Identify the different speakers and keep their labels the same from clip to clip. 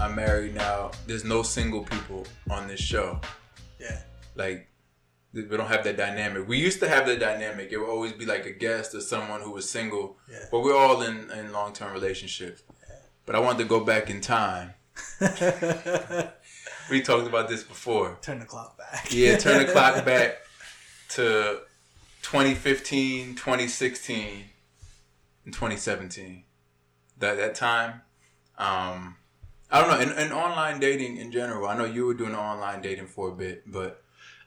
Speaker 1: I'm married now. There's no single people on this show.
Speaker 2: Yeah.
Speaker 1: Like th- we don't have that dynamic. We used to have that dynamic. It would always be like a guest or someone who was single.
Speaker 2: Yeah.
Speaker 1: But we're all in, in long term relationships. But I wanted to go back in time. We talked about this before.
Speaker 2: turn the clock back.
Speaker 1: Yeah, turn the clock back to 2015, 2016, and 2017. That that time, um, I don't know. In, in online dating in general, I know you were doing online dating for a bit, but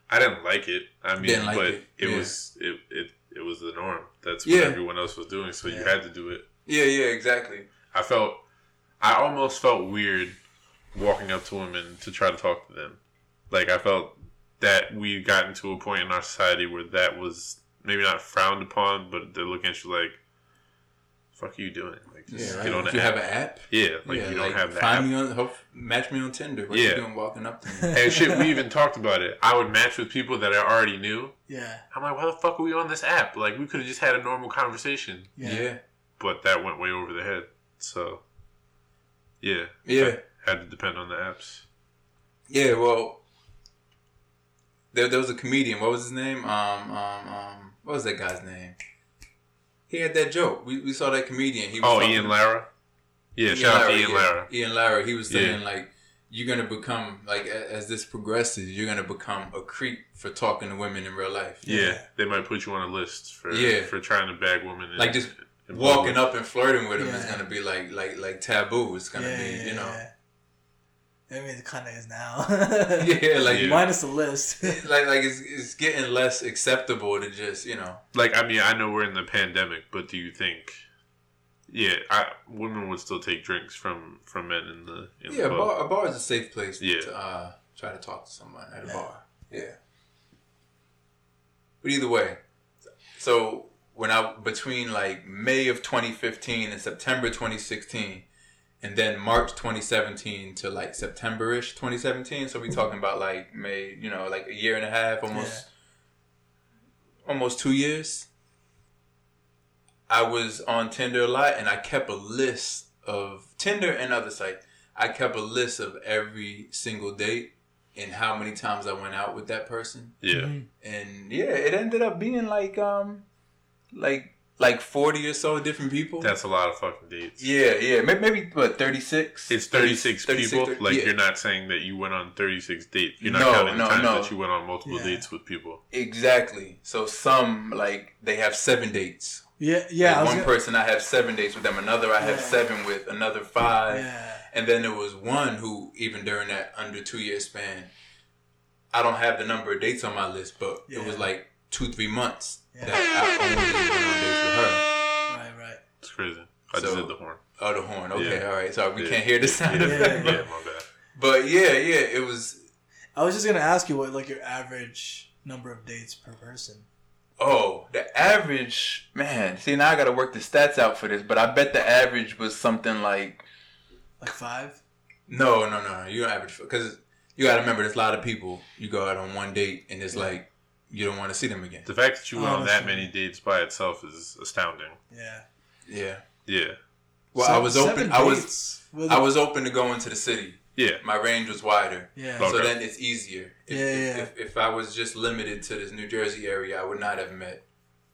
Speaker 3: I didn't like it. I mean,
Speaker 1: Didn't like
Speaker 3: but
Speaker 1: it,
Speaker 3: it,
Speaker 1: yeah.
Speaker 3: was it, it it was the norm. That's what
Speaker 1: Yeah.
Speaker 3: everyone else was doing, so you
Speaker 2: Yeah.
Speaker 3: had to do it.
Speaker 1: yeah, yeah, exactly.
Speaker 3: I felt I almost felt weird walking up to women to try to talk to them. Like I felt that we had gotten to a point in our society where that was maybe not frowned upon, but they're looking at you like, "Fuck are you doing? Like just
Speaker 1: Yeah,
Speaker 3: get
Speaker 1: right.
Speaker 3: on
Speaker 1: If
Speaker 3: the
Speaker 1: you
Speaker 3: app.
Speaker 1: have an app,
Speaker 3: yeah, like
Speaker 1: yeah,
Speaker 3: you don't
Speaker 1: like,
Speaker 3: have that."
Speaker 1: find me on hope, match me on Tinder. What you
Speaker 3: Yeah.
Speaker 1: doing walking up to me?
Speaker 3: and shit, we even talked about it. I would match with people that I already knew.
Speaker 2: Yeah.
Speaker 3: I'm like, why the fuck are we on this app? Like, we could have just had a normal conversation.
Speaker 2: Yeah.
Speaker 1: yeah,
Speaker 3: But that went way over the head. So, yeah.
Speaker 1: yeah.
Speaker 3: Had to depend on the apps.
Speaker 1: Yeah, well, there, there was a comedian. What was his name? Um, um, um, what was that guy's name? He had that joke. We, we saw that comedian. He was
Speaker 3: Oh,
Speaker 1: talking-
Speaker 3: Ian Lara? Yeah, shout out to Ian
Speaker 1: yeah.
Speaker 3: Lara.
Speaker 1: Ian Lara. He was
Speaker 3: Yeah.
Speaker 1: saying like, you're gonna become like a- as this progresses, you're gonna become a creep for talking to women in real life.
Speaker 3: Yeah.
Speaker 2: Yeah.
Speaker 3: They might put you on a list for
Speaker 1: Yeah.
Speaker 3: for trying to bag women. in-
Speaker 1: Like, just
Speaker 3: in
Speaker 1: Walking
Speaker 3: public.
Speaker 1: up and flirting with him is
Speaker 2: Yeah.
Speaker 1: gonna be like like like taboo. It's gonna
Speaker 2: yeah,
Speaker 1: be you know
Speaker 2: yeah. I mean, it kind of is now.
Speaker 1: yeah like
Speaker 3: Yeah.
Speaker 2: Minus the list.
Speaker 1: like like it's it's getting less acceptable to just you know
Speaker 3: Like, I mean, I know we're in the pandemic, but do you think. Yeah, I, women would still take drinks from, from men in the in
Speaker 1: Yeah,
Speaker 3: the
Speaker 1: a
Speaker 3: pub.
Speaker 1: bar, a bar is a safe place
Speaker 3: Yeah.
Speaker 1: to uh, try to talk to someone at a
Speaker 2: Yeah.
Speaker 1: bar. Yeah. But either way, so when I between like May of 2015 and September 2016, and then March 2017 to like September-ish 2017, so we talking about like May, you know, like a year and a half, almost, almost two years. I was on Tinder a lot, and I kept a list of Tinder and other sites. I kept a list of every single date and how many times I went out with that person.
Speaker 3: Yeah.
Speaker 1: And yeah, it ended up being like um like like 40 or so different people.
Speaker 3: That's a lot of fucking dates.
Speaker 1: yeah, yeah. Maybe, maybe what 36?
Speaker 3: It's 36,
Speaker 1: 36,
Speaker 3: people.
Speaker 1: 30
Speaker 3: like,
Speaker 1: yeah.
Speaker 3: you're not saying that you went on 36 dates. You're not
Speaker 1: No,
Speaker 3: counting
Speaker 1: no,
Speaker 3: the times
Speaker 1: no.
Speaker 3: that you went on multiple
Speaker 2: Yeah.
Speaker 3: dates with people.
Speaker 1: Exactly. So some like they have 7 dates.
Speaker 2: Yeah,
Speaker 1: Like,
Speaker 2: yeah. I was
Speaker 1: one
Speaker 2: gonna-
Speaker 1: person I have 7 dates with them, another I have
Speaker 2: Yeah.
Speaker 1: 7 with, another 5.
Speaker 2: Yeah.
Speaker 1: And then there was one who, even during that under two year span, I don't have the number of dates on my list, but it was
Speaker 2: Yeah.
Speaker 1: like two, three months
Speaker 2: Yeah.
Speaker 1: that I only went
Speaker 2: Right, right.
Speaker 3: It's crazy. I just
Speaker 1: So-
Speaker 3: did the horn.
Speaker 1: on dates with her. Oh, the horn. Okay,
Speaker 3: Yeah.
Speaker 1: all right. Sorry, we
Speaker 3: Yeah.
Speaker 1: can't hear the sound
Speaker 3: Yeah,
Speaker 1: effect.
Speaker 3: yeah, my bad.
Speaker 1: But yeah, yeah, it was.
Speaker 2: I was just gonna ask you what like your average number of dates per person.
Speaker 1: Oh, the average man. See, now I got to work the stats out for this, but I bet the average was something like
Speaker 2: Like five?
Speaker 1: no, no, no. no you don't average because you got to remember there's a lot of people. You go out on one date and it's
Speaker 2: Yeah.
Speaker 1: like you don't want to see them again.
Speaker 3: The fact that you went on that
Speaker 2: Honestly.
Speaker 3: many dates by itself is astounding.
Speaker 2: Yeah.
Speaker 1: Yeah.
Speaker 3: Yeah.
Speaker 1: Well, I
Speaker 2: Seven-
Speaker 1: was
Speaker 2: seven
Speaker 1: open. I was.
Speaker 2: dates with-
Speaker 1: I was open to go into the city.
Speaker 3: Yeah.
Speaker 1: My range was wider,
Speaker 2: Yeah.
Speaker 3: Okay.
Speaker 1: so then it's easier. If,
Speaker 2: Yeah,
Speaker 1: if,
Speaker 2: yeah.
Speaker 1: If, if I was just limited to this New Jersey area, I would not have met.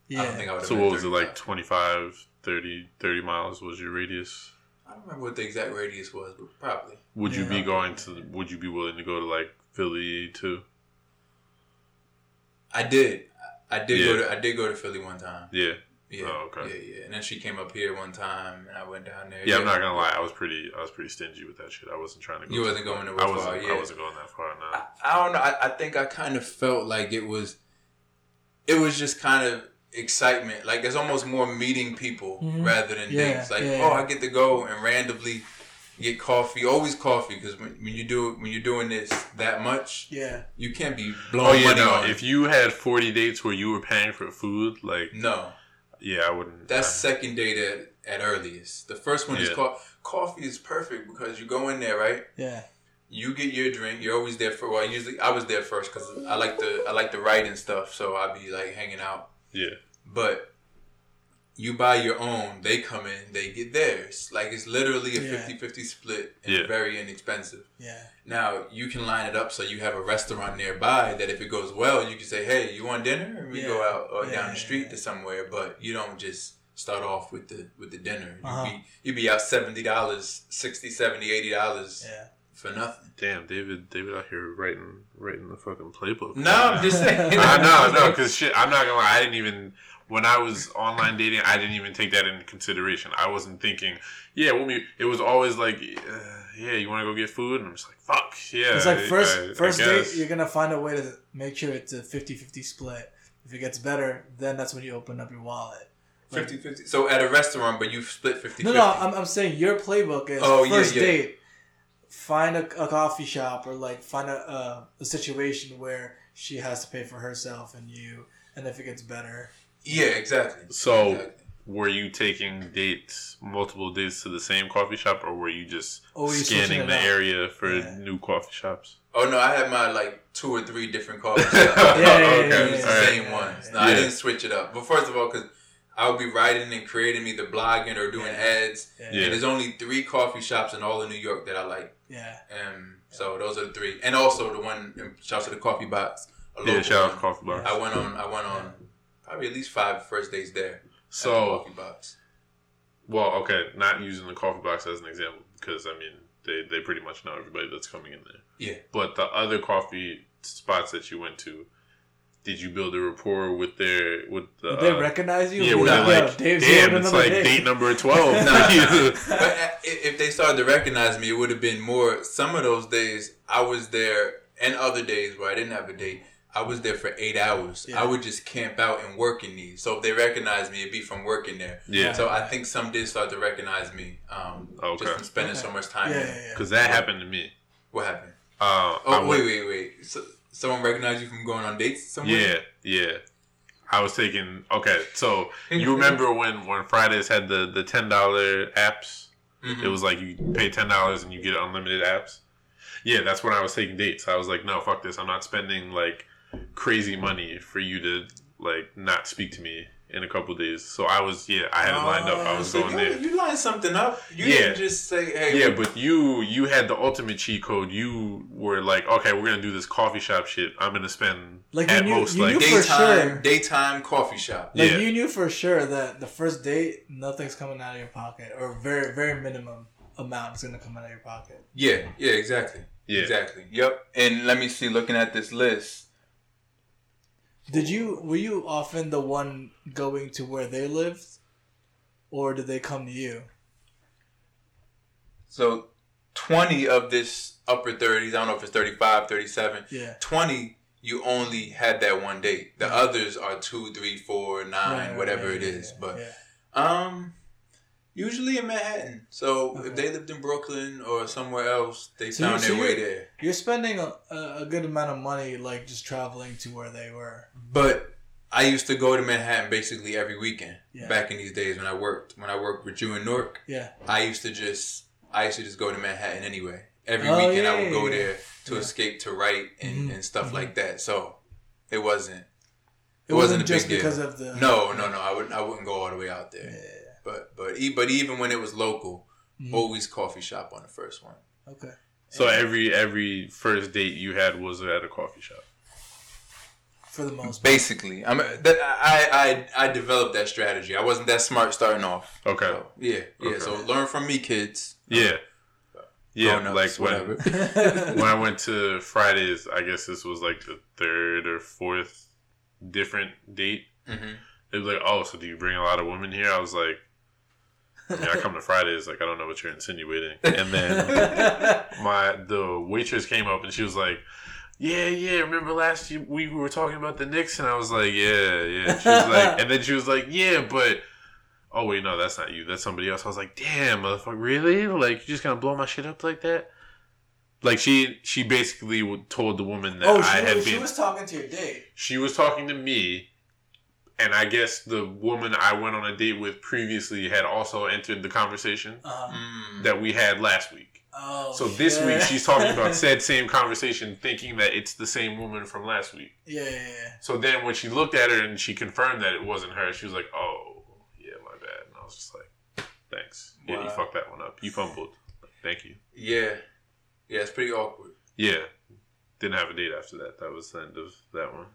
Speaker 2: yeah.
Speaker 1: I don't think I would. have
Speaker 3: So
Speaker 1: met
Speaker 3: what was it
Speaker 1: 35.
Speaker 3: like 25, 30, 30 miles was your radius?
Speaker 1: I don't remember what the exact radius was, but probably.
Speaker 3: Would you be
Speaker 2: Yeah.
Speaker 3: going to? Would you be willing to go to like Philly too?
Speaker 1: I did. I I did go
Speaker 3: Yeah.
Speaker 1: to. I did go to Philly one time.
Speaker 3: Yeah.
Speaker 1: Yeah.
Speaker 3: Oh, okay.
Speaker 1: Yeah, yeah. And then she came up here one time, and I went down there.
Speaker 3: yeah, I'm not gonna lie. I was pretty. I was pretty stingy with that shit. I wasn't trying to go.
Speaker 1: You
Speaker 3: too
Speaker 1: wasn't
Speaker 3: far.
Speaker 1: going to
Speaker 3: I
Speaker 1: West
Speaker 3: wasn't.
Speaker 1: Wall, yeah.
Speaker 3: I wasn't going that far. No.
Speaker 1: I, I don't know. I, I think I kind of felt like it was. It was just kind of excitement. Like it's almost more meeting people
Speaker 2: Mhm.
Speaker 1: rather than
Speaker 2: Yeah,
Speaker 1: things. Like
Speaker 2: yeah,
Speaker 1: oh,
Speaker 2: yeah.
Speaker 1: I get to go and randomly get coffee. Always coffee because when, when you do when you're doing this that much,
Speaker 2: Yeah.
Speaker 1: you can't be blowing
Speaker 3: Oh yeah,
Speaker 1: money
Speaker 3: no.
Speaker 1: on.
Speaker 3: If you had 40 dates where you were paying for food, like
Speaker 2: Mm.
Speaker 1: no,
Speaker 3: yeah, I wouldn't.
Speaker 1: That's
Speaker 3: I,
Speaker 1: second date at, at earliest. The first one is
Speaker 3: Yeah.
Speaker 1: co- coffee is perfect because you go in there, right?
Speaker 2: Yeah.
Speaker 1: You get your drink. You're always there for. Well, usually I was there first because I like to I like to write and stuff, so I'd be like hanging out.
Speaker 3: yeah.
Speaker 1: But you buy your own, they come in, they get theirs. Like it's literally a
Speaker 2: Yeah.
Speaker 1: 50 50 split and
Speaker 3: Yeah.
Speaker 1: very inexpensive.
Speaker 2: Yeah.
Speaker 1: Now you can line it up so you have a restaurant nearby that if it goes well, you can say, "Hey, you want dinner?" And we go
Speaker 2: Yeah.
Speaker 1: out or down
Speaker 2: Yeah.
Speaker 1: the street to somewhere. But you don't just start off with the with the dinner. You
Speaker 2: Uh-huh.
Speaker 1: be you be out seventy dollars, 60 70 80 dollars
Speaker 2: Yeah.
Speaker 1: for nothing.
Speaker 3: Damn, David, David out here writing writing the fucking playbook.
Speaker 1: No, I'm just saying.
Speaker 3: I know, no, because shit, I'm not gonna lie. I didn't even when I was online dating, I didn't even take that into consideration. I wasn't thinking, yeah, we'll meet. It was always like, uh, yeah, you want to go get food, and I'm just like, fuck, yeah.
Speaker 2: It's like first
Speaker 3: I- I
Speaker 2: first date,
Speaker 3: guess.
Speaker 2: you're gonna find a way to make sure it's a 50-50 split. If it gets better, then that's when you open up your wallet. Like-
Speaker 1: 50 50. So at a restaurant, but you split 50
Speaker 2: No, no, I'm, I'm saying your playbook is
Speaker 1: Oh, yeah,
Speaker 2: first
Speaker 1: yeah.
Speaker 2: date. Find a, a coffee shop or like find a, a a situation where she has to pay for herself and you, and if it gets better,
Speaker 1: Yeah, exactly.
Speaker 3: So-
Speaker 1: Exactly.
Speaker 3: Were you taking dates, multiple dates to the same coffee shop, or were you just
Speaker 2: Always Oh, switching
Speaker 3: scanning
Speaker 2: it
Speaker 3: the
Speaker 2: up.
Speaker 3: area for
Speaker 2: Yeah.
Speaker 3: new coffee shops?
Speaker 1: Oh no, I had my like two or three different coffee shops.
Speaker 3: Yeah, yeah, yeah,
Speaker 1: It was
Speaker 3: yeah,
Speaker 1: the
Speaker 3: yeah, yeah,
Speaker 1: same
Speaker 2: yeah,
Speaker 1: ones.
Speaker 2: yeah.
Speaker 1: No, I
Speaker 3: Yeah.
Speaker 1: didn't switch it up. But first of all, because I would be writing and creating, either blogging or doing
Speaker 2: Yeah.
Speaker 1: ads.
Speaker 2: yeah,
Speaker 3: Yeah.
Speaker 1: And there's only three coffee shops in all of New York that I like.
Speaker 2: yeah.
Speaker 1: Um, so those are the three, and also the one in shouts to the coffee box. A
Speaker 3: Yeah,
Speaker 1: local
Speaker 3: shout out
Speaker 1: one.
Speaker 3: coffee bar.
Speaker 1: I went on. I went on probably at least five first days there. at the
Speaker 3: So,
Speaker 1: coffee box.
Speaker 3: well, okay, not using the coffee box as an example because I mean they they pretty much know everybody that's coming in there.
Speaker 1: Yeah.
Speaker 3: But the other coffee spots that you went to, did you build a rapport with their with the?
Speaker 2: Would they
Speaker 3: uh,
Speaker 2: recognize you?
Speaker 3: yeah,
Speaker 2: Be
Speaker 3: were they
Speaker 2: "Yo,
Speaker 3: like,
Speaker 2: Dave's here
Speaker 3: damn,
Speaker 2: with
Speaker 3: it's
Speaker 2: another
Speaker 3: like
Speaker 2: date."
Speaker 3: date number twelve.
Speaker 1: But i- if they started to recognize me, it would have been more. Some of those days, I was there, and other days where I didn't have a date, I was there for eight hours.
Speaker 2: Yeah.
Speaker 1: I would just camp out and work in these. So if they recognized me, it'd be from working there.
Speaker 3: yeah,
Speaker 1: So I think some did start to recognize me. Um,
Speaker 3: Okay.
Speaker 1: Just from spending so much time.
Speaker 2: yeah,
Speaker 1: there.
Speaker 2: yeah, yeah.
Speaker 3: because that happened to me.
Speaker 1: What happened?
Speaker 3: Uh, I
Speaker 1: Oh
Speaker 3: went-
Speaker 1: wait, wait, wait. So, someone recognized you from going on dates somewhere?
Speaker 3: Yeah, yeah. I was taking okay. So you remember when when Fridays had the the ten dollar apps?
Speaker 1: Mhm.
Speaker 3: It was like you pay ten dollars and you get unlimited apps. Yeah, that's when I was taking dates. I was like, no, fuck this. I'm not spending like crazy money for you to like not speak to me in a couple days. So I was yeah, I had it lined up. I
Speaker 1: Uh,
Speaker 3: was
Speaker 1: so you,
Speaker 3: going there.
Speaker 1: You lined something up. You
Speaker 3: Yeah.
Speaker 1: didn't just say, "Hey,
Speaker 3: Yeah, but you you had the ultimate cheat code. You were like, okay, we're gonna do this coffee shop shit. I'm gonna spend
Speaker 2: Like, you
Speaker 3: at
Speaker 2: knew-
Speaker 3: most
Speaker 2: you
Speaker 3: like
Speaker 2: knew- for
Speaker 1: daytime,
Speaker 2: sure.
Speaker 1: daytime coffee shop."
Speaker 2: Like
Speaker 3: Yeah.
Speaker 2: you knew for sure that the first date, nothing's coming out of your pocket, or very, very minimum amount is gonna come out of your pocket.
Speaker 1: Yeah, yeah, exactly.
Speaker 3: yeah.
Speaker 1: Exactly. Yep. And let me see, looking at this list.
Speaker 2: Did you? Were you often the one going to where they lived, or did they come to you?
Speaker 1: So 20 of this upper 30s, I don't know if it's 35, 37,
Speaker 2: Yeah.
Speaker 1: 20, you only had that one date. The others are two, three, four, nine,
Speaker 2: Mm-hmm. Right,
Speaker 1: whatever it
Speaker 2: right, yeah,
Speaker 1: is.
Speaker 2: yeah,
Speaker 1: but
Speaker 2: yeah.
Speaker 1: um, usually in Manhattan. So
Speaker 2: Okay.
Speaker 1: if they lived in Brooklyn or somewhere else, they
Speaker 2: So you-
Speaker 1: found
Speaker 2: so
Speaker 1: their
Speaker 2: you-
Speaker 1: way there.
Speaker 2: you're spending a, a a good amount of money, like just traveling to where they were.
Speaker 1: But I used to go to Manhattan basically every weekend
Speaker 2: Yeah.
Speaker 1: back in these days when I worked. When I worked with you and Nork,
Speaker 2: Yeah.
Speaker 1: I used to just I used to just go to Manhattan anyway. Every
Speaker 2: Oh,
Speaker 1: weekend I
Speaker 2: yeah,
Speaker 1: would go
Speaker 2: yeah,
Speaker 1: there to
Speaker 2: yeah.
Speaker 1: escape to write and,
Speaker 2: Mhm,
Speaker 1: and stuff
Speaker 2: mhm.
Speaker 1: like that. So it wasn't
Speaker 2: It,
Speaker 1: It wasn't
Speaker 2: wasn't,
Speaker 1: a big
Speaker 2: just
Speaker 1: deal.
Speaker 2: because of the
Speaker 1: no no no I wouldn't I wouldn't go all the way out there.
Speaker 2: Yeah.
Speaker 1: But but e- but even when it was local,
Speaker 2: Mhm.
Speaker 1: always coffee shop on the first one.
Speaker 2: Okay.
Speaker 3: So every every first date you had was at a coffee shop.
Speaker 2: For the most.
Speaker 1: Basically, I'm that, I I I developed that strategy. I wasn't that smart starting off.
Speaker 3: Okay.
Speaker 1: So, yeah yeah.
Speaker 3: Okay.
Speaker 1: So learn from me, kids.
Speaker 3: Yeah. Yeah,
Speaker 1: Grown-ups,
Speaker 3: like when,
Speaker 1: whatever.
Speaker 3: when I went to Fridays, I guess this was like the third or fourth different date.
Speaker 1: hmm
Speaker 3: They was like, "Oh, so do you bring a lot of women here?" I was like, I, mean, "I come to Fridays, like I don't know what you're insinuating." And then my the waitress came up and she was like, "Yeah, yeah, remember last year we were talking about the Knicks?" And I was like, "Yeah, yeah." She was like, and then she was like, "Yeah, but." Oh wait, no, that's not you. That's somebody else. I was like, "Damn, motherfucker, really? Like, you just gonna blow my shit up like that?" Like she, she basically w- told the woman that
Speaker 2: oh,
Speaker 3: I
Speaker 2: she,
Speaker 3: had
Speaker 2: was,
Speaker 3: been
Speaker 2: she was talking to your date.
Speaker 3: she was talking to me and i guess the woman i went on a date with previously had also entered the conversation
Speaker 2: Uh,
Speaker 1: Mm.
Speaker 3: that we had last week
Speaker 2: oh.
Speaker 3: so this
Speaker 2: shit.
Speaker 3: week she's talking about said same conversation thinking that it's the same woman from last week
Speaker 2: yeah, yeah, yeah.
Speaker 3: so then when she looked at her and she confirmed that it wasn't her she was like oh yeah my was just like, thanks. Yeah, you
Speaker 1: Wow.
Speaker 3: fucked that one up. You fumbled. Thank you.
Speaker 1: Yeah. Yeah, it's pretty awkward.
Speaker 3: Yeah. Didn't have a date after that. That was the end of that one.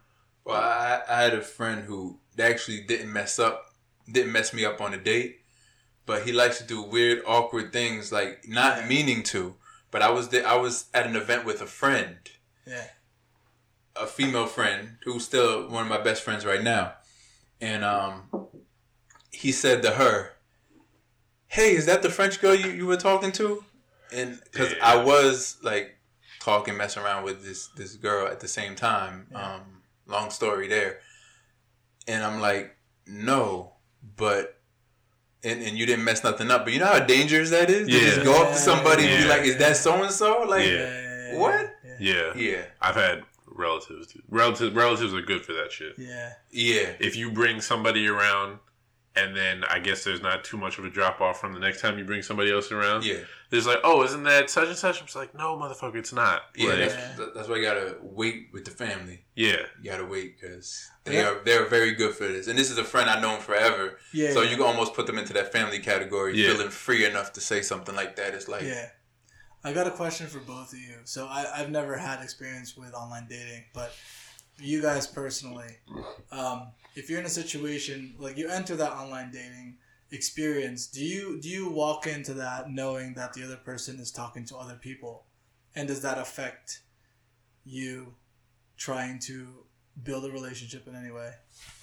Speaker 1: Well, I, I had a friend who actually didn't mess up, didn't mess me up on a date, but he likes to do weird, awkward things, like not meaning to. But I was there, I was at an event with a friend,
Speaker 2: Yeah.
Speaker 1: a female friend who's still one of my best friends right now, and um, he said to her, "Hey, is that the French girl you, you were talking to?" And because
Speaker 3: Yeah.
Speaker 1: I was like talking, messing around with this this girl at the same time.
Speaker 2: Yeah.
Speaker 1: Um, long story there, and I'm like, no, but. And, and you didn't mess nothing up, but you know how dangerous that is. To
Speaker 3: Yeah.
Speaker 1: just go up
Speaker 2: Yeah,
Speaker 1: to somebody and
Speaker 3: yeah.
Speaker 1: be like, "Is that so and so?" Like,
Speaker 3: Yeah.
Speaker 1: What?
Speaker 2: Yeah.
Speaker 3: Yeah.
Speaker 1: yeah,
Speaker 3: I've had relatives. do- Relatives, relatives are good for that shit.
Speaker 2: Yeah.
Speaker 1: yeah,
Speaker 3: If you bring somebody around, and then I guess there's not too much of a drop off from the next time you bring somebody else around.
Speaker 1: yeah.
Speaker 3: There's like, oh, isn't that such and such? I'm just like, no, motherfucker, it's not.
Speaker 1: Yeah,
Speaker 3: Like,
Speaker 1: that's, that- that's why you gotta wait with the family.
Speaker 3: yeah,
Speaker 1: You gotta wait because they
Speaker 2: Yeah.
Speaker 1: are they're very good for this. And this is a friend I've known forever,
Speaker 2: Yeah.
Speaker 1: so
Speaker 2: yeah.
Speaker 1: you can almost put them into that family category.
Speaker 3: Yeah.
Speaker 1: Feeling free enough to say something like that. It's like
Speaker 2: yeah. I got a question for both of you. So I, I've never had experience with online dating, but you guys personally, um, if you're in a situation like you enter that online dating experience, do you do you walk into that knowing that the other person is talking to other people, and does that affect you trying to build a relationship in any way?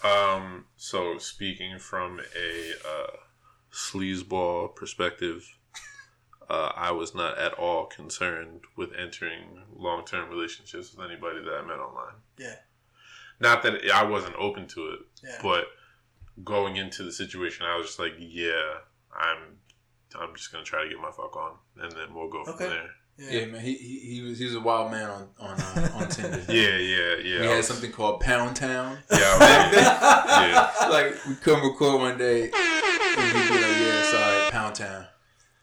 Speaker 3: Um, so speaking from a uh, sleazeball perspective, uh, I was not at all concerned with entering long-term relationships with anybody that I met online.
Speaker 2: Yeah.
Speaker 3: Not that I wasn't open to it,
Speaker 2: Yeah.
Speaker 3: but going into the situation, I was just like, yeah, I'm, I'm just gonna try to get my fuck on, and then we'll go from
Speaker 2: Okay.
Speaker 3: there.
Speaker 1: yeah, man. He, he he was he was a wild man on on uh, on Tinder.
Speaker 3: Yeah, yeah, yeah.
Speaker 1: we
Speaker 3: I
Speaker 1: had
Speaker 3: was-
Speaker 1: something called Pound Town.
Speaker 3: Yeah,
Speaker 2: yeah.
Speaker 3: I was-
Speaker 1: like we come record one day, and we'd be like, yeah, sorry, Pound Town,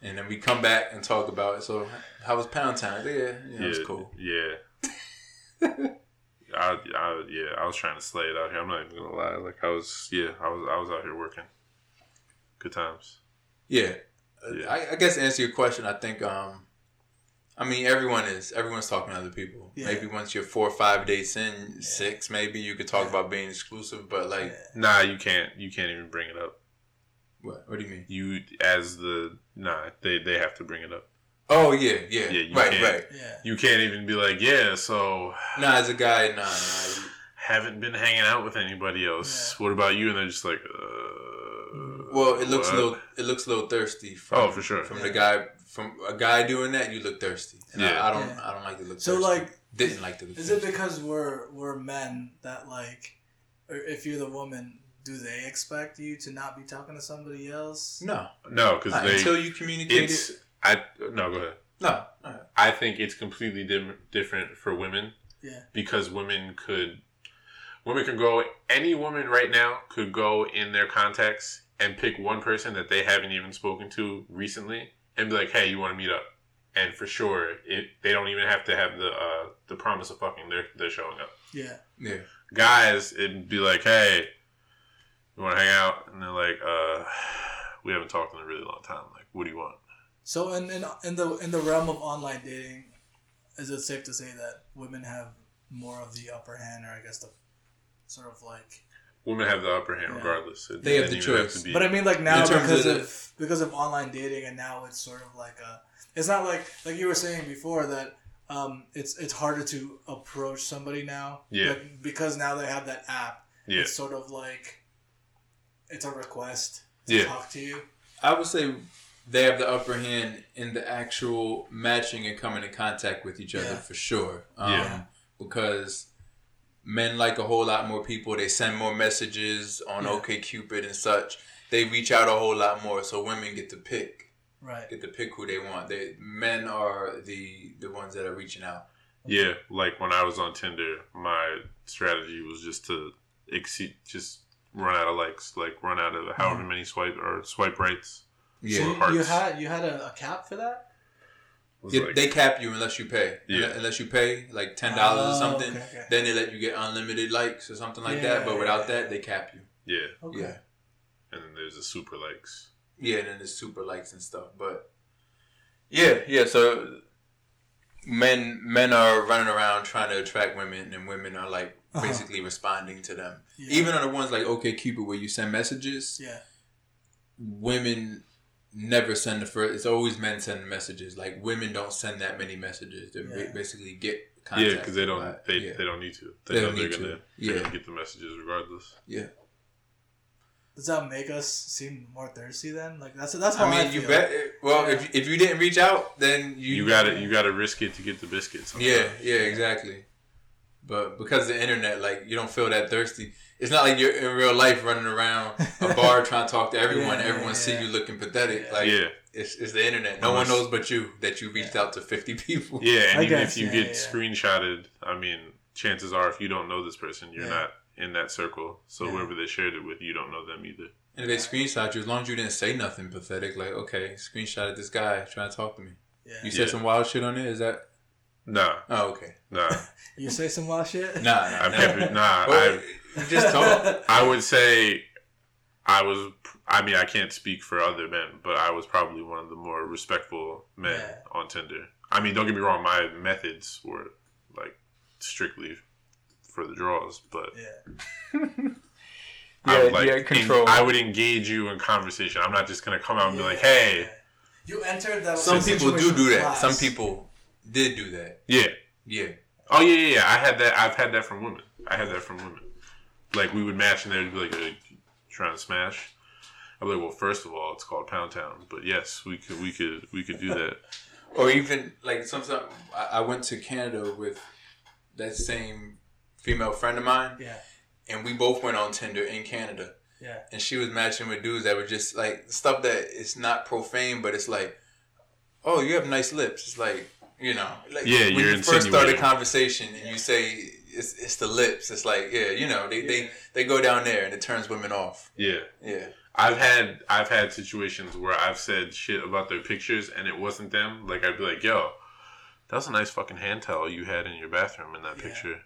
Speaker 1: and then we come back and talk about it. So how was Pound Town? Yeah, yeah, it was cool.
Speaker 3: Yeah. I, I yeah, I was trying to slay it out here. I'm not even gonna lie. Like I was yeah, I was I was out here working. Good times.
Speaker 1: Yeah. Uh,
Speaker 3: Yeah.
Speaker 1: I, I guess to answer your question, I think um I mean everyone is everyone's talking to other people.
Speaker 2: Yeah.
Speaker 1: Maybe once you're four or five dates in, six maybe you could talk about being exclusive, but like
Speaker 3: Nah, you can't you can't even bring it up.
Speaker 1: what what do you mean?
Speaker 3: You as the nah, they they have to bring it up.
Speaker 1: Oh yeah, yeah.
Speaker 3: Yeah, you
Speaker 1: right,
Speaker 3: can't.
Speaker 1: right.
Speaker 2: yeah.
Speaker 3: You can't even be like, yeah, so
Speaker 1: Nah, as a guy, nah, nah. you-
Speaker 3: haven't been hanging out with anybody else. What about you? And they're just like, uh,
Speaker 1: Well, it looks
Speaker 3: what?
Speaker 1: a little it looks a little thirsty from
Speaker 3: Oh, for sure.
Speaker 1: from the guy from a guy doing that, you look thirsty. And
Speaker 3: Yeah.
Speaker 1: I, I don't
Speaker 2: Yeah.
Speaker 1: I don't like to look
Speaker 2: So
Speaker 1: thirsty.
Speaker 2: like
Speaker 1: didn't like to look
Speaker 2: Is it
Speaker 1: thirsty.
Speaker 2: because we're we're men that like, or if you're the woman, do they expect you to not be talking to somebody else?
Speaker 1: no.
Speaker 3: no, because
Speaker 1: Not
Speaker 3: they
Speaker 1: Uh, until you communicate
Speaker 3: it's
Speaker 1: it.
Speaker 3: I no go ahead.
Speaker 1: No. no.
Speaker 3: I think it's completely dim- different for women
Speaker 2: Yeah,
Speaker 3: because women could women can go any woman right now could go in their contacts and pick one person that they haven't even spoken to recently and be like, "Hey, you want to meet up?" And for sure, it they don't even have to have the uh, the promise of fucking. They're they're showing up.
Speaker 2: yeah,
Speaker 1: Yeah.
Speaker 3: Guys, it'd be like, "Hey, you want to hang out?" And they're like, "Uh, we haven't talked in a really long time. Like, what do you want?"
Speaker 2: So in, in in the in the realm of online dating, is it safe to say that women have more of the upper hand, or I guess the sort of like?
Speaker 3: Women have the upper hand
Speaker 2: Yeah.
Speaker 3: regardless. It
Speaker 1: They have
Speaker 3: doesn't
Speaker 1: the
Speaker 3: even
Speaker 1: choice.
Speaker 3: be-
Speaker 2: But I mean, like now
Speaker 1: In terms
Speaker 2: because
Speaker 1: of
Speaker 2: of,
Speaker 1: the-
Speaker 2: because of online dating, and now it's sort of like a. It's not like like you were saying before that. Um, it's it's harder to approach somebody now.
Speaker 3: Yeah.
Speaker 2: Like, because now they have that app.
Speaker 3: yeah,
Speaker 2: it's sort of like it's a request to
Speaker 3: yeah.
Speaker 2: talk to you.
Speaker 1: I would say they have the upper hand in the actual matching and coming in contact with each other
Speaker 2: Yeah.
Speaker 1: for sure. Um,
Speaker 2: Yeah.
Speaker 1: Because men like a whole lot more people. They send more messages on
Speaker 2: Yeah.
Speaker 1: OKCupid and such. They reach out a whole lot more. So women get to pick,
Speaker 2: Right.
Speaker 1: get to pick who they want. They men are the the ones that are reaching out.
Speaker 3: Yeah, like when I was on Tinder, my strategy was just to exceed, just run out of likes, like run out of
Speaker 1: Mm-hmm.
Speaker 3: however many swipe or swipe rights.
Speaker 2: So
Speaker 1: Yeah.
Speaker 2: you-
Speaker 3: Hearts.
Speaker 2: you had you had a, a cap for that?
Speaker 3: Was
Speaker 1: Yeah,
Speaker 3: like-
Speaker 1: they cap you unless you pay.
Speaker 3: Yeah.
Speaker 1: Unless you pay like ten dollars
Speaker 2: Oh,
Speaker 1: or something,
Speaker 2: okay, okay.
Speaker 1: then they let you get unlimited likes or something like
Speaker 2: Yeah,
Speaker 1: that. But without
Speaker 2: yeah.
Speaker 1: that, they cap you.
Speaker 3: yeah,
Speaker 2: Okay.
Speaker 1: Yeah.
Speaker 3: and then there's the super likes.
Speaker 1: yeah, and then there's super likes and stuff. But yeah, yeah. So men men are running around trying to attract women, and women are like
Speaker 2: Uh-huh.
Speaker 1: basically responding to them.
Speaker 2: Yeah.
Speaker 1: Even on the ones like OK Cupid, where you send messages,
Speaker 2: yeah,
Speaker 1: women never send the first. It's always men sending messages. Like women don't send that many messages. They ba-
Speaker 2: Yeah.
Speaker 1: basically get
Speaker 3: Yeah,
Speaker 1: contact.
Speaker 3: because they don't
Speaker 1: but,
Speaker 3: they,
Speaker 1: yeah.
Speaker 3: they don't need to. They,
Speaker 1: They
Speaker 3: know
Speaker 1: don't
Speaker 3: they're
Speaker 1: need
Speaker 3: gonna,
Speaker 1: to.
Speaker 3: they're
Speaker 1: Yeah.
Speaker 3: gonna get the messages regardless.
Speaker 1: yeah.
Speaker 2: does that make us seem more thirsty then? Like that's that's how I,
Speaker 1: I mean, you
Speaker 2: feel.
Speaker 1: bet. Well, if if you didn't reach out, then you
Speaker 3: You gotta you gotta risk it to get the biscuits.
Speaker 1: Yeah, yeah, exactly. But because of the internet, like you don't feel that thirsty. It's not like you're in real life running around a bar trying to talk to everyone.
Speaker 2: Yeah,
Speaker 1: everyone
Speaker 2: yeah,
Speaker 1: see
Speaker 2: yeah.
Speaker 1: you looking pathetic.
Speaker 2: Yeah.
Speaker 1: Like
Speaker 3: yeah,
Speaker 1: it's, it's the internet. No
Speaker 3: Unless-
Speaker 1: one knows but you that you reached out to fifty people.
Speaker 3: yeah. And
Speaker 2: I
Speaker 3: even
Speaker 2: guess,
Speaker 3: if you
Speaker 2: yeah,
Speaker 3: get
Speaker 2: yeah, yeah.
Speaker 3: screenshotted, I mean, chances are if you don't know this person, you're
Speaker 2: Yeah.
Speaker 3: not in that circle. So
Speaker 2: Yeah.
Speaker 3: whoever they shared it with, you don't know them either.
Speaker 1: And if they screenshot you, as long as you didn't say nothing pathetic, like okay, screenshotted this guy trying to talk to me.
Speaker 2: Yeah.
Speaker 1: You
Speaker 2: You,
Speaker 1: said
Speaker 3: Yeah.
Speaker 1: some wild shit on it. Is that?
Speaker 3: Nah,
Speaker 1: Oh, okay.
Speaker 3: nah,
Speaker 2: say some wild shit.
Speaker 1: Nah, nah.
Speaker 3: I've
Speaker 1: nah.
Speaker 3: kept it. Nah,
Speaker 1: Well,
Speaker 3: I've
Speaker 1: you just talk.
Speaker 3: I would say I was. I mean, I can't speak for other men, but I was probably one of the more respectful men
Speaker 2: Yeah.
Speaker 3: on Tinder. I mean, don't get me wrong. My methods were like strictly for the draws, but
Speaker 2: Yeah.
Speaker 1: Yeah,
Speaker 3: I would like
Speaker 1: yeah,
Speaker 3: en-
Speaker 1: control.
Speaker 3: I would engage you in conversation. I'm not just gonna come out and be like, "Hey,
Speaker 2: You entered that.
Speaker 1: Some people do
Speaker 2: situation
Speaker 1: do
Speaker 2: with
Speaker 1: that.
Speaker 2: class.
Speaker 1: Some people did do that.
Speaker 3: yeah,
Speaker 1: Yeah.
Speaker 3: oh yeah, yeah, yeah." I had that. I've had that from women. I had that from women. Like we would match, and they'd be like, "Uh, you "Trying to smash." I'm like, "Well, first of all, it's called Pound Town, but yes, we could, we could, we could do that."
Speaker 1: or even like sometimes I, I went to Canada with that same female friend of mine,
Speaker 2: Yeah.
Speaker 1: and we both went on Tinder in Canada,
Speaker 2: Yeah.
Speaker 1: and she was matching with dudes that were just like stuff that is not profane, but it's like, oh, you have nice lips. It's like you know, like
Speaker 3: Yeah,
Speaker 1: when
Speaker 3: you're
Speaker 1: you first start a
Speaker 3: insinuating.
Speaker 1: conversation and you say it's it's the lips. It's like yeah, you know, they they they go down there and it turns women off.
Speaker 3: Yeah.
Speaker 1: Yeah,
Speaker 3: I've had I've had situations where I've said shit about their pictures and it wasn't them. Like I'd be like, "Yo, that was a nice fucking hand towel you had in your bathroom in that
Speaker 2: Yeah.
Speaker 3: picture,"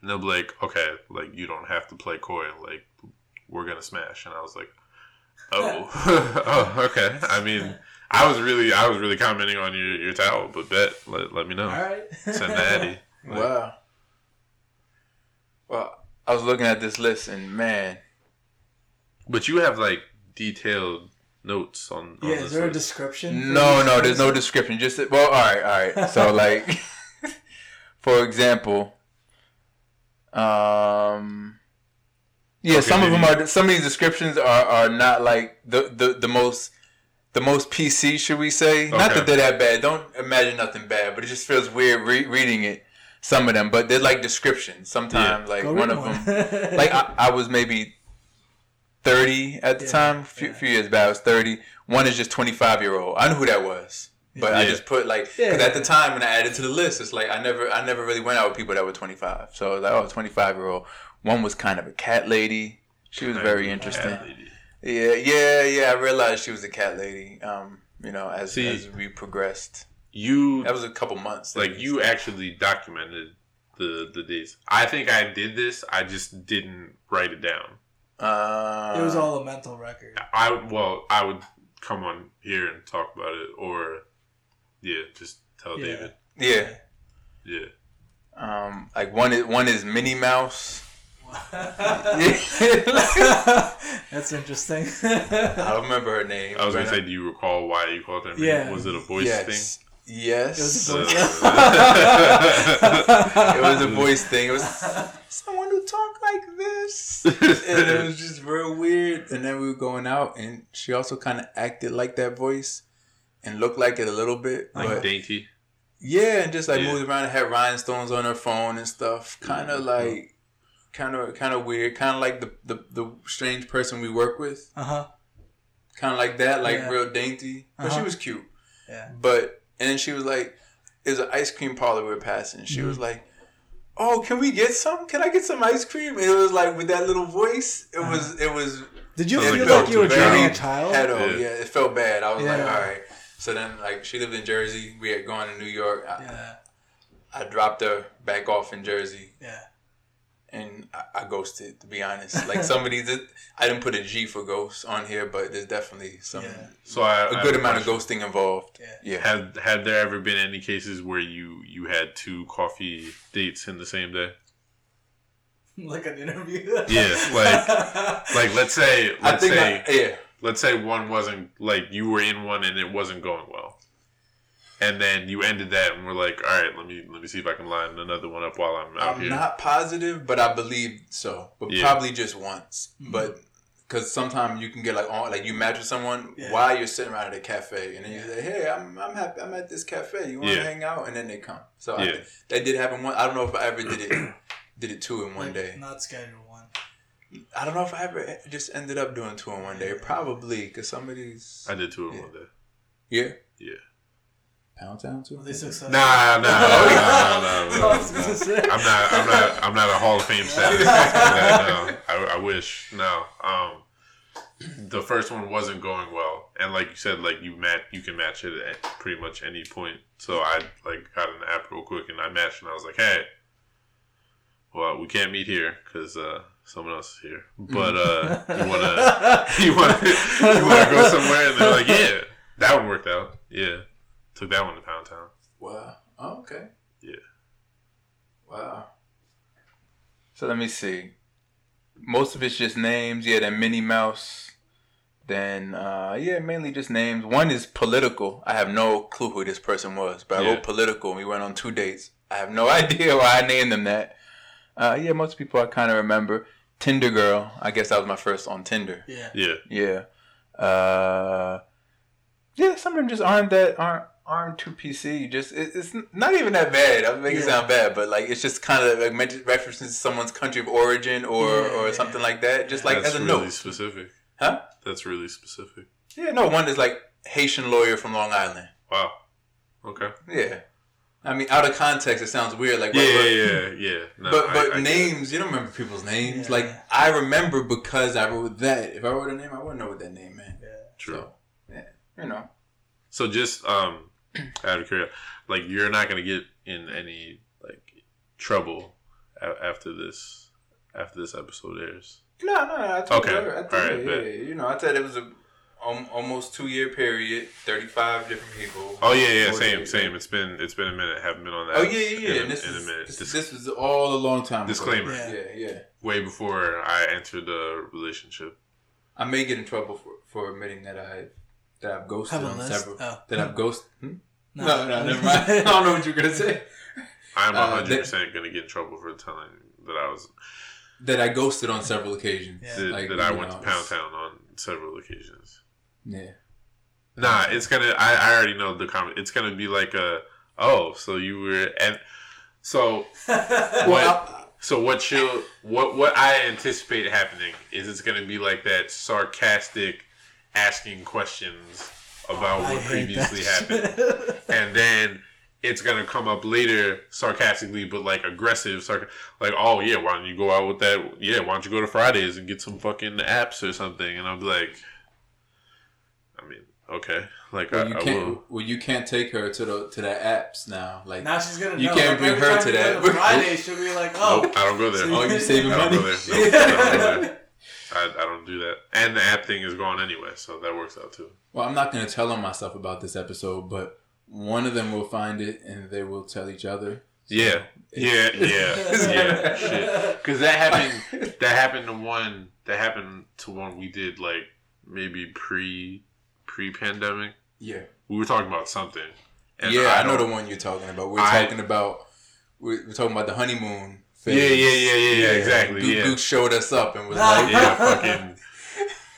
Speaker 3: and they'll be like, "Okay, like you don't have to play coy. Like we're gonna smash." And I was like, "Oh, oh, okay. I mean, I was really I was really commenting on your your towel, but bet let, let me
Speaker 1: Oh,
Speaker 3: know.
Speaker 2: All right.
Speaker 3: Send the Addy. Like,
Speaker 1: wow. Well, I was looking at this list and man,
Speaker 3: But you have like detailed notes on. on
Speaker 2: Yeah. Is there a
Speaker 3: list.
Speaker 2: description? for
Speaker 1: No,
Speaker 2: these
Speaker 1: no, there's
Speaker 2: things?
Speaker 1: no description. Just well, all right, all right. So like, for example, um, yeah,
Speaker 3: Okay,
Speaker 1: some of them
Speaker 3: maybe-
Speaker 1: are some of these descriptions are are not like the the the most. The most PC, should we say? Not
Speaker 3: Okay.
Speaker 1: that they're that bad. Don't imagine nothing bad, but it just feels weird re- reading it. Some of them, but they're like descriptions. Sometimes, like
Speaker 2: Go
Speaker 1: one
Speaker 2: read
Speaker 1: of them, like uh, I, I was maybe 30 at the
Speaker 2: Yeah,
Speaker 1: time few,
Speaker 2: yeah.
Speaker 1: few years back i was 30 one is just 25 year old i knew who that was but i
Speaker 3: Yeah.
Speaker 1: just put like
Speaker 2: Yeah.
Speaker 1: because at the time when i added to the list it's like i never i never really went out with people that were 25 so I was like oh 25 year old one was kind of a cat lady she was very
Speaker 3: Yeah,
Speaker 1: interesting
Speaker 3: lady.
Speaker 1: yeah yeah yeah i realized she was a cat lady um you know as,
Speaker 3: See-
Speaker 1: as we progressed
Speaker 3: You
Speaker 1: that was a couple months
Speaker 3: like you actually documented the the days. I think I did this. I just didn't write it down.
Speaker 1: uh,
Speaker 2: it was all a mental record.
Speaker 3: I well, I would come on here and talk about it, or yeah, just tell
Speaker 2: Yeah.
Speaker 3: David.
Speaker 1: yeah
Speaker 3: Yeah,
Speaker 1: um like one is one is minnie mouse
Speaker 2: That's interesting.
Speaker 1: I don't remember her name.
Speaker 3: I was gonna
Speaker 1: but-
Speaker 3: say, do you recall why you called him?
Speaker 2: Yeah.
Speaker 3: was it a voice
Speaker 1: yes.
Speaker 2: It was
Speaker 1: Yes.
Speaker 2: a
Speaker 1: It
Speaker 3: thing?
Speaker 1: was
Speaker 2: voice.
Speaker 1: a,
Speaker 2: it
Speaker 1: voice thing. It was someone who talked like this. And it was just real weird. And then we were going out, and she also kind of acted like that voice and looked like it a little bit.
Speaker 3: like
Speaker 1: but
Speaker 3: dainty.
Speaker 1: yeah, and just like
Speaker 3: Yeah.
Speaker 1: moved around and had rhinestones on her phone and stuff. Kind of
Speaker 3: Mhm.
Speaker 1: like, kind of kind of weird. Kind of like the, the, the strange person we work with.
Speaker 2: Uh huh.
Speaker 1: kind of like that, like
Speaker 2: Yeah.
Speaker 1: real dainty. But she
Speaker 2: Uh-huh.
Speaker 1: was cute.
Speaker 2: Yeah.
Speaker 1: But and then she was like, "Is an ice cream parlor we were passing." She
Speaker 2: Mm-hmm.
Speaker 1: was like, "Oh, can we get some? Can I get some ice cream?" And it was like with that little voice. It was it was
Speaker 2: Did you
Speaker 3: Sounds
Speaker 2: feel
Speaker 3: like
Speaker 2: Uh-huh. like you were
Speaker 3: Dr.
Speaker 2: driving a
Speaker 1: Brown.
Speaker 2: child?
Speaker 1: pedo. Yeah.
Speaker 3: Yeah.
Speaker 1: it felt bad. I was like,
Speaker 2: Yeah.
Speaker 1: all right. So then, like, she lived in Jersey. We had gone to New York. I,
Speaker 2: Yeah.
Speaker 1: I dropped her back off in Jersey,
Speaker 2: Yeah.
Speaker 1: and I, I ghosted. To be honest, like somebody did. I didn't put a G for ghost on here, but there's definitely some
Speaker 2: Yeah.
Speaker 3: So I,
Speaker 1: a good amount of ghosting involved.
Speaker 2: Yeah.
Speaker 1: Yeah.
Speaker 3: Have had there ever been any cases where you you had two coffee dates in the same day?
Speaker 2: like an interview.
Speaker 3: Yeah,
Speaker 2: like
Speaker 3: Like let's say
Speaker 1: I
Speaker 3: let's
Speaker 1: think.
Speaker 3: say
Speaker 1: I, yeah.
Speaker 3: let's say one wasn't like you were in one and it wasn't going well. And then you ended that and we're like, all right, let me let me see if I can line another one up while I'm out
Speaker 1: I'm
Speaker 3: here.
Speaker 1: not positive, but I believe so. But
Speaker 3: Yeah.
Speaker 1: probably just once.
Speaker 2: Mhm.
Speaker 1: But because sometimes you can get like on, like you match with someone
Speaker 2: Yeah.
Speaker 1: while you're sitting around at a cafe, and then you
Speaker 2: Yeah.
Speaker 1: say, "Hey, I'm I'm happy. I'm at this cafe. You want to
Speaker 3: Yeah.
Speaker 1: hang out?" And then they come. So I,
Speaker 3: Yeah.
Speaker 1: that did happen. One. I don't know if I ever did it. Did it two in one
Speaker 2: Like, mm-hmm.
Speaker 1: day.
Speaker 2: Not scheduled one.
Speaker 1: I don't know if I ever e, just ended up doing two in one day. Probably because somebody's
Speaker 3: I did two in
Speaker 1: Yeah.
Speaker 3: one day.
Speaker 1: yeah
Speaker 3: Yeah.
Speaker 1: Pound town too.
Speaker 2: Were they successful?
Speaker 3: Nah, nah, nah, nah,
Speaker 2: I
Speaker 3: nah,
Speaker 2: was
Speaker 3: nah.
Speaker 2: gonna say.
Speaker 3: I'm not. I'm not. I'm not a Hall of Fame status. no, I, I wish. No. Um, the first one wasn't going well, and like you said, like you match, you can match it at pretty much any point. So I like got an app real quick, and I matched, and I was like, hey, well, we can't meet here because uh, someone else is here. But uh, you wanna, you wanna, you wanna go somewhere? And they're like, yeah, that one worked out. Yeah, took that one to Pound Town.
Speaker 1: Wow. Oh, okay.
Speaker 3: Yeah.
Speaker 1: Wow. So let me see. Most of it's just names. Yeah, then Minnie Mouse. Then, uh, yeah, mainly just names. One is political. I have no clue who this person was, but I
Speaker 3: Yeah.
Speaker 1: wrote political and we went on two dates. I have no idea why I named them that. Uh, yeah, most people I kind of remember. Tinder Girl. I guess that was my first on Tinder.
Speaker 2: Yeah.
Speaker 3: Yeah,
Speaker 1: Yeah. Uh, yeah, some of them just aren't that aren't aren't too PC. You Just it, it's not even that bad. I'm making it
Speaker 2: Yeah.
Speaker 1: sound bad, but like it's just kind of like men- references to someone's country of origin or
Speaker 2: Yeah,
Speaker 1: or
Speaker 2: yeah,
Speaker 1: something
Speaker 2: yeah.
Speaker 1: like that. Just like
Speaker 3: that's
Speaker 1: as a
Speaker 3: really
Speaker 1: note,
Speaker 3: specific.
Speaker 1: huh?
Speaker 3: That's really specific.
Speaker 1: Yeah, no one is like Haitian lawyer from Long Island.
Speaker 3: Wow. Okay.
Speaker 1: Yeah, I mean out of context it sounds weird. Like
Speaker 3: Yeah,
Speaker 1: but-
Speaker 3: yeah, yeah, yeah. No,
Speaker 1: But
Speaker 3: I-
Speaker 1: but
Speaker 3: I get it.
Speaker 1: names, you don't remember people's names.
Speaker 2: Yeah.
Speaker 1: Like I remember because I wrote that. If I wrote a name, I wouldn't know what that name meant.
Speaker 2: Yeah.
Speaker 3: True.
Speaker 1: So, yeah, you know.
Speaker 3: So just um, out of curiosity, like you're not gonna get in any like trouble a- after this after this episode airs.
Speaker 1: No, no, I told
Speaker 3: Okay.
Speaker 1: you. I told
Speaker 3: Alright,
Speaker 1: you, yeah, yeah, you know, I said it was a um, almost two year period, thirty five different people.
Speaker 3: Oh yeah, yeah,
Speaker 1: Four
Speaker 3: same,
Speaker 1: days.
Speaker 3: same. It's been it's been a minute. Haven't been on that.
Speaker 1: Oh yeah, yeah, yeah.
Speaker 3: In, a-
Speaker 1: and this
Speaker 3: in a
Speaker 1: is,
Speaker 3: minute.
Speaker 1: This,
Speaker 3: This,
Speaker 1: this was all a long time. ago.
Speaker 3: Disclaimer.
Speaker 2: Yeah.
Speaker 1: Yeah, yeah.
Speaker 3: way before I entered the relationship.
Speaker 1: I may get in trouble for, for admitting that I that I've ghosted
Speaker 2: Have a
Speaker 1: on
Speaker 2: list?
Speaker 1: several.
Speaker 2: Oh.
Speaker 1: That I've ghosted. Hmm? No, no, never mind. I don't know what you're gonna say.
Speaker 3: I'm
Speaker 1: Uh,
Speaker 3: hundred percent gonna get in trouble for telling that I was
Speaker 1: That I ghosted on several occasions.
Speaker 2: Yeah.
Speaker 3: that,
Speaker 1: Like,
Speaker 3: that I
Speaker 1: you
Speaker 3: went
Speaker 1: know,
Speaker 3: to Pound
Speaker 1: it's-
Speaker 3: Town on several occasions.
Speaker 1: Yeah.
Speaker 3: Nah, it's gonna. I, I already know the comment. It's gonna be like a oh, so you were and so
Speaker 1: Well,
Speaker 3: so what you what what I anticipate happening is it's gonna be like that sarcastic asking questions about
Speaker 2: I
Speaker 3: what
Speaker 2: hate
Speaker 3: previously
Speaker 2: that
Speaker 3: happened,
Speaker 2: shit.
Speaker 3: and then it's gonna come up later sarcastically, but like aggressive, sarc- like oh yeah, why don't you go out with that? Yeah, why don't you go to Fridays and get some fucking apps or something? And I'm like, I mean, okay, like
Speaker 1: well,
Speaker 3: I,
Speaker 1: you
Speaker 3: I
Speaker 1: can't.
Speaker 3: will.
Speaker 1: Well, you can't take her to the to the apps now. Like
Speaker 2: now she's gonna.
Speaker 1: You
Speaker 2: know.
Speaker 1: can't bring
Speaker 2: every
Speaker 1: her
Speaker 2: time
Speaker 1: to
Speaker 2: we
Speaker 1: that.
Speaker 2: go Friday, she'll be like, "Oh,
Speaker 3: Nope, I don't go there.
Speaker 1: oh, you
Speaker 3: I
Speaker 1: saving
Speaker 3: don't
Speaker 1: money?
Speaker 3: go there. Nope, I, don't go there. I, I don't do that. And the app thing is gone anyway, so that works out too.
Speaker 1: Well, I'm not going to tell on myself about this episode, but one of them will find it and they will tell each other.
Speaker 3: Yeah, yeah, yeah, yeah. Shit, because that happened. That happened to one. That happened to one we did like maybe pre pre pandemic.
Speaker 1: Yeah.
Speaker 3: We were talking about something.
Speaker 1: yeah, I, know
Speaker 3: don't-
Speaker 1: the one you're talking about. We're
Speaker 3: I-
Speaker 1: talking about we're, we're talking about the honeymoon.
Speaker 3: Yeah, yeah, yeah, yeah, yeah. Exactly.
Speaker 1: Duke,
Speaker 3: yeah.
Speaker 1: Duke showed us up and was like,
Speaker 3: yeah,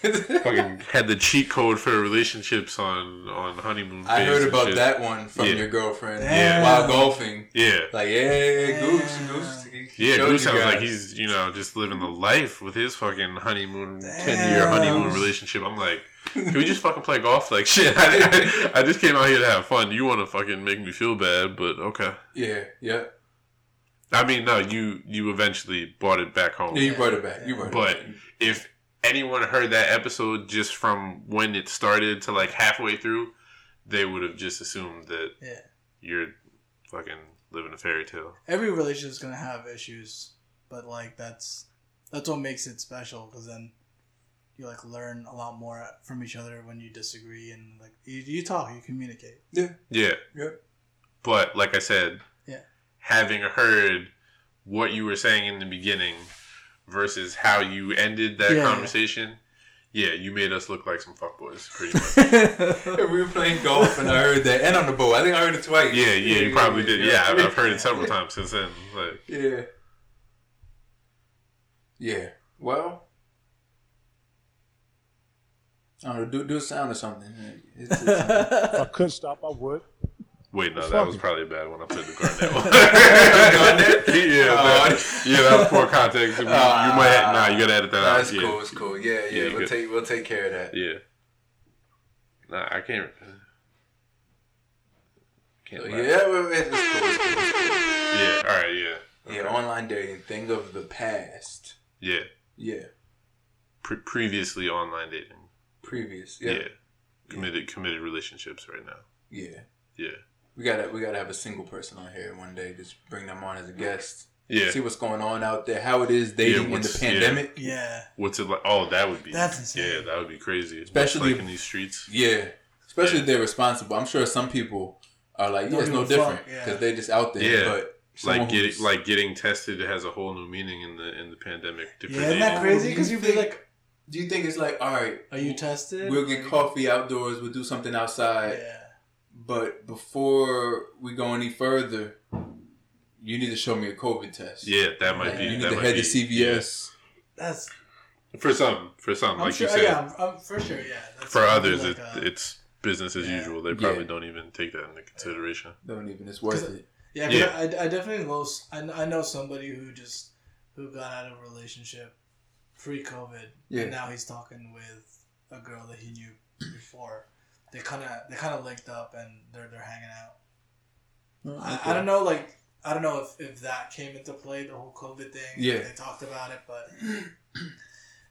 Speaker 3: fucking, fucking had the cheat code for relationships on on honeymoon.
Speaker 1: I
Speaker 3: phase
Speaker 1: heard
Speaker 3: and
Speaker 1: about
Speaker 3: shit.
Speaker 1: that one from
Speaker 3: Yeah.
Speaker 1: your girlfriend
Speaker 2: Damn.
Speaker 1: while golfing.
Speaker 3: Yeah,
Speaker 1: Like, yeah, Goose, Goose. he
Speaker 3: Yeah,
Speaker 1: showed
Speaker 3: Goose
Speaker 1: you
Speaker 3: sounds like
Speaker 1: guys.
Speaker 3: he's you know just living the life with his fucking honeymoon ten year
Speaker 2: Damn.
Speaker 3: honeymoon relationship. I'm like, can we just fucking play golf? Like shit, I, I, I just came out here to have fun. You want to fucking make me feel bad, but okay.
Speaker 1: Yeah, yeah.
Speaker 3: I mean, no, you you eventually brought it back home.
Speaker 1: Yeah, you brought it back. You brought
Speaker 3: But
Speaker 1: it back.
Speaker 3: if anyone heard that episode just from when it started to like halfway through, they would have just assumed that
Speaker 2: Yeah.
Speaker 3: you're fucking living a fairy tale.
Speaker 2: every relationship's gonna have issues, but like that's that's what makes it special because then you like learn a lot more from each other when you disagree and like you, you talk, you communicate.
Speaker 3: Yeah.
Speaker 1: Yep.
Speaker 3: But like I said,
Speaker 2: Yeah.
Speaker 3: having heard what you were saying in the beginning versus how you ended that
Speaker 2: Yeah.
Speaker 3: conversation, yeah, you made us look like some fuckboys, pretty much.
Speaker 1: Yeah, we were playing golf and I heard that, and on the boat. I think I heard it twice.
Speaker 3: yeah, yeah, you probably did. Yeah, I've, I've heard it several times since then. Like,
Speaker 1: Yeah. Yeah. Well, I don't know. oh, Do do a sound or something. It's, it's
Speaker 3: Uh,
Speaker 1: something.
Speaker 4: If I couldn't stop, I would.
Speaker 3: wait, no,
Speaker 4: Fuck
Speaker 3: that was
Speaker 4: it.
Speaker 3: probably a bad one. I played the Garnett one.
Speaker 1: Garnett?
Speaker 3: yeah,
Speaker 1: Oh.
Speaker 3: that, yeah, that was poor context. You, you might have, nah, you gotta edit that out.
Speaker 1: That's
Speaker 3: yeah.
Speaker 1: cool. It's cool. Yeah, yeah.
Speaker 3: Yeah,
Speaker 1: we'll
Speaker 3: good.
Speaker 1: take we'll take care of that.
Speaker 3: Yeah. Nah, I can't. Can't
Speaker 1: So,
Speaker 3: laugh.
Speaker 1: Oh, yeah, well, it's, it's cool. It's cool. it's cool.
Speaker 3: Yeah. All right. Yeah.
Speaker 1: Yeah, online dating. Think of the past.
Speaker 3: Yeah.
Speaker 1: Yeah,
Speaker 3: Pre- previously online dating.
Speaker 1: previous.
Speaker 3: Yeah.
Speaker 1: Yeah, yeah.
Speaker 3: Committed committed relationships right now. Yeah.
Speaker 1: We gotta we gotta have a single person on here one day. Just bring them on as a guest.
Speaker 3: Yeah.
Speaker 1: See what's going on out there. How it is dating in the
Speaker 3: what's- yeah.
Speaker 1: pandemic.
Speaker 2: Yeah.
Speaker 3: What's it like? Oh, that would be.
Speaker 2: That's insane.
Speaker 3: Yeah, that would be crazy. What's
Speaker 1: Especially-
Speaker 3: like in these streets.
Speaker 1: Yeah. Especially
Speaker 3: Yeah.
Speaker 1: if they're responsible. I'm sure some people are like, yeah,
Speaker 2: Don't
Speaker 1: it's no
Speaker 2: give a fuck,
Speaker 1: different
Speaker 2: yeah.
Speaker 1: because they just out there.
Speaker 3: Yeah.
Speaker 1: But someone
Speaker 3: Like
Speaker 1: who's-
Speaker 3: getting like getting tested has a whole new meaning in the in the pandemic.
Speaker 2: Yeah,
Speaker 3: Different
Speaker 2: isn't
Speaker 3: dating.
Speaker 2: that crazy? Because
Speaker 1: You
Speaker 2: you'd be
Speaker 1: think-
Speaker 2: like,
Speaker 1: do you think it's like, all right,
Speaker 2: are you tested?
Speaker 1: we'll get coffee outdoors, we'll do something outside,
Speaker 2: Yeah.
Speaker 1: but before we go any further, you need to show me a COVID test.
Speaker 3: Yeah, that might
Speaker 1: Like,
Speaker 3: be.
Speaker 1: you need
Speaker 3: that
Speaker 1: to
Speaker 3: might
Speaker 1: head
Speaker 3: be,
Speaker 1: to CVS.
Speaker 2: That's.
Speaker 3: yeah. for some. For some,
Speaker 2: I'm
Speaker 3: like
Speaker 2: sure.
Speaker 3: you said,
Speaker 2: yeah, I'm, I'm for sure. Yeah. That's
Speaker 3: for
Speaker 2: probably
Speaker 3: others,
Speaker 2: like uh,
Speaker 3: it,
Speaker 2: a-
Speaker 3: it's business as
Speaker 2: Yeah.
Speaker 3: usual. They
Speaker 1: Yeah.
Speaker 3: probably don't even take that into consideration.
Speaker 1: Don't even. It's worth
Speaker 2: Cause-
Speaker 1: it.
Speaker 2: Yeah, 'cause
Speaker 3: Yeah.
Speaker 2: I, I definitely know. s- I, kn- I know somebody who just who got out of a relationship pre COVID,
Speaker 1: Yeah.
Speaker 2: and now he's talking with a girl that he knew before. They kind of they kind of linked up, and they're they're hanging out. I, I don't know, like I don't know if, if that came into play the whole COVID thing. if
Speaker 1: Yeah.
Speaker 2: they talked about it, but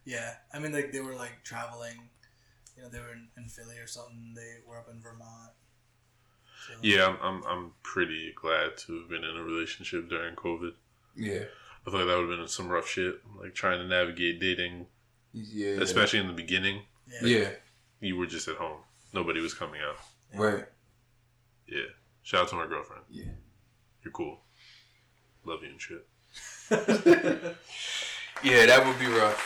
Speaker 2: yeah, I mean, like they were like traveling. You know, they were in, in Philly or something. They were up in Vermont. So-
Speaker 3: Yeah, I'm, I'm I'm pretty glad to have been in a relationship during COVID.
Speaker 1: Yeah.
Speaker 3: I thought that would have been some rough shit, like trying to navigate dating,
Speaker 1: Yeah.
Speaker 3: especially in the beginning.
Speaker 1: Yeah.
Speaker 3: You were just at home; nobody was coming out.
Speaker 1: Right.
Speaker 3: Yeah, shout out to my girlfriend.
Speaker 1: Yeah.
Speaker 3: You're cool. Love you and shit.
Speaker 1: Yeah, that would be rough.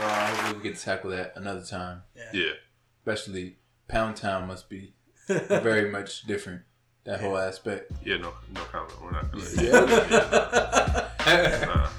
Speaker 1: Uh, hopefully, we can tackle that another time.
Speaker 3: Yeah,
Speaker 1: Especially Pound Town must be very much different. That whole aspect.
Speaker 3: yeah. No, no comment. We're not gonna.
Speaker 1: Yeah.
Speaker 3: Nah.